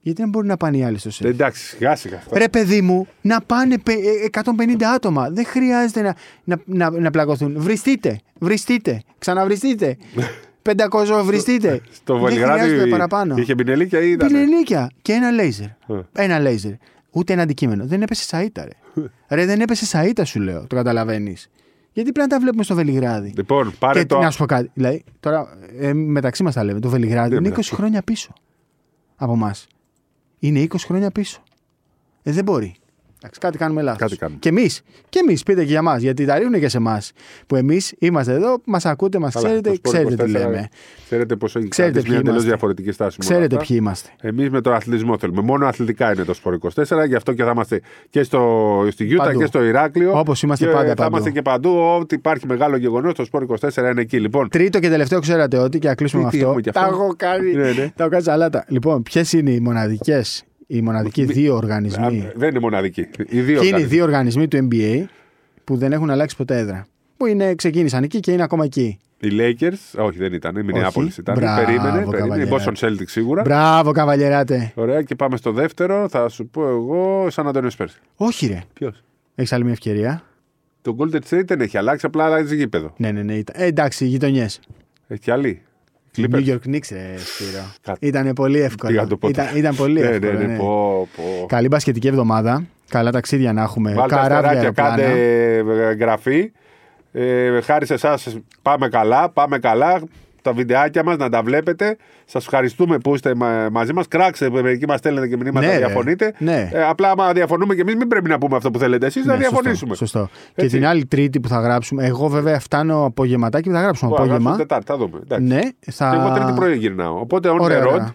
S1: Γιατί να μπορεί να πάνε οι άλλοι στο ΣΕΦ.
S2: Ε, Εντάξει, σιγά σιγά.
S1: Ρε παιδί μου, να πάνε πε- ε, 150 άτομα. Δεν χρειάζεται να, να, να, να πλακωθούν. Βριστείτε, βριστείτε,
S2: <laughs>
S1: ξαναβριστείτε. 500 βριστείτε.
S2: Στο
S1: Δεν χρειάζεται
S2: Βελιγράδι
S1: παραπάνω.
S2: είχε πινελίκια ή ήταν.
S1: Πινελίκια και ένα λέιζερ.
S2: Ε.
S1: Ένα λέιζερ. Ούτε ένα αντικείμενο. Δεν έπεσε σαΐτα, ρε.
S2: Ε.
S1: ρε δεν έπεσε σαΐτα, σου λέω. Το καταλαβαίνεις. Γιατί πρέπει να τα βλέπουμε στο Βελιγράδι.
S2: Λοιπόν, πάρε
S1: και
S2: το.
S1: να σου πω κάτι. Δηλαδή, τώρα ε, μεταξύ μας τα λέμε. Το Βελιγράδι
S2: Ναι,
S1: είναι 20
S2: μεταξύ.
S1: χρόνια πίσω από εμάς. Είναι 20 χρόνια πίσω. Ε, δεν μπορεί. Εντάξει, κάτι κάνουμε λάθος.
S2: Κάτι κάνουμε.
S1: Και εμείς. Και εμείς, πείτε και για μας. Γιατί τα ρίχνουν και σε εμάς. Που εμείς είμαστε εδώ, μας ακούτε, μας
S2: Καλά,
S1: ξέρετε,
S2: το Sport
S1: ξέρετε τι
S2: 24,
S1: λέμε.
S2: Ξέρετε πώ έχει
S1: Ξέρετε
S2: κρατήσει
S1: ποιοι
S2: μια εντελώ
S1: είμαστε.
S2: διαφορετική στάση.
S1: Ξέρετε ποιοι είμαστε.
S2: Εμείς με τον αθλητισμό θέλουμε. Μόνο αθλητικά είναι το σπορ 24, γι' αυτό και θα είμαστε και στο, στη Γιούτα
S1: Παντού.
S2: και στο Ηράκλειο.
S1: Όπως είμαστε
S2: και
S1: πάντα
S2: Θα
S1: παντού.
S2: είμαστε και παντού. Ό,τι υπάρχει μεγάλο γεγονός, το σπορ 24 είναι εκεί. Λοιπόν,
S1: Τρίτο και τελευταίο, ξέρατε ότι και να κλείσουμε με
S2: Τι- τι
S1: αυτό.
S2: έχουμε κι
S1: Τα
S2: αυτό.
S1: έχω κάνει.
S2: Ναι, ναι.
S1: Τα έχω κάνει σαλάτα. Λοιπόν, ποιες είναι οι μοναδικές, οι μοναδικοί δύο
S2: α,
S1: οργανισμοί
S2: δεν είναι μοναδική. Οι δύο.
S1: Και είναι οι
S2: καλοί.
S1: δύο οργανισμοί του NBA που δεν έχουν αλλάξει ποτέ έδρα. Που είναι, ξεκίνησαν εκεί και είναι ακόμα εκεί.
S2: Οι Lakers, όχι δεν ήταν, η Μινεάπολη ήταν.
S1: Μπράβο,
S2: περίμενε, περίμενε. Η
S1: καβαλιέρα.
S2: Boston Celtics σίγουρα.
S1: Μπράβο, καβαλιεράτε.
S2: Ωραία, και πάμε στο δεύτερο. Θα σου πω εγώ, σαν Αντώνιο Σπέρση.
S1: Όχι, ρε.
S2: Ποιος.
S1: Έχεις άλλη μια ευκαιρία.
S2: Το Golden State δεν έχει αλλάξει, απλά αλλάζει γήπεδο.
S1: Ναι, ναι, ναι. Ήταν. Ε, εντάξει, οι γειτονιές.
S2: Έχει κι άλλη.
S1: New
S2: Clippers.
S1: York Knicks, ρε, Σπύρο.
S2: Κα-
S1: Ήταν πολύ
S2: Πήγα να
S1: εύκολο.
S2: το πω.
S1: Ήταν, ήταν πολύ
S2: Ναι,
S1: εύκολο.
S2: ναι, ναι,
S1: ναι.
S2: πω, πω.
S1: Καλή μπασχετική εβδομάδα. Καλά ταξίδια να έχουμε.
S2: Βάλτε
S1: Καράβια,
S2: αστεράκια,
S1: αεροπλάνα.
S2: κάντε ε, εγγραφή. Ε, χάρη σε εσάς πάμε καλά, πάμε καλά. Τα βιντεάκια μας να τα βλέπετε. Σας ευχαριστούμε που είστε μα- μαζί μας. Κράξτε, ε, μερικοί μας στέλνετε και μηνύματα
S1: Ναι,
S2: να
S1: ρε.
S2: διαφωνείτε.
S1: Ναι.
S2: Ε, απλά άμα διαφωνούμε και εμείς μην πρέπει να πούμε αυτό που θέλετε εσείς, να
S1: Ναι, σωστό,
S2: διαφωνήσουμε.
S1: Σωστό. Και
S2: Έτσι.
S1: την άλλη Τρίτη που θα γράψουμε. Εγώ βέβαια φτάνω απογευματάκι που θα γράψουμε
S2: Τώρα, γράψτε
S1: απόγευμα.
S2: Τετάρτη, θα δούμε. Εντάξει.
S1: Ναι, θα.
S2: Και εγώ τρίτη πρωί γυρνάω. Οπότε on
S1: Ωραία,
S2: the road.
S1: ωραία.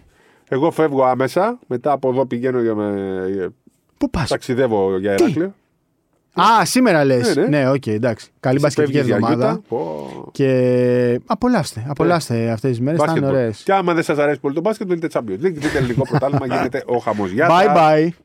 S2: Εγώ φεύγω άμεσα. Μετά από εδώ πηγαίνω για με...
S1: Πού πας.
S2: ταξιδεύω για Εράκλειο.
S1: Α, σήμερα λες.
S2: Ναι,
S1: Ναι,
S2: ναι.
S1: οκ, εντάξει. Καλή
S2: Εσύ
S1: μπασκετική
S2: φεύγεις για
S1: εβδομάδα.
S2: Γιούτα. Πω.
S1: Και απολαύστε, απολαύστε αυτές τις μέρες. Θα είναι
S2: Μπάσκετμπολ.
S1: ωραίες. <laughs>
S2: Και άμα δεν σας αρέσει πολύ το μπάσκετ, δείτε Champions League, δείτε ελληνικό πρωτάθλημα, γίνεται ο χαμός. Γεια
S1: Bye
S2: σας.
S1: bye.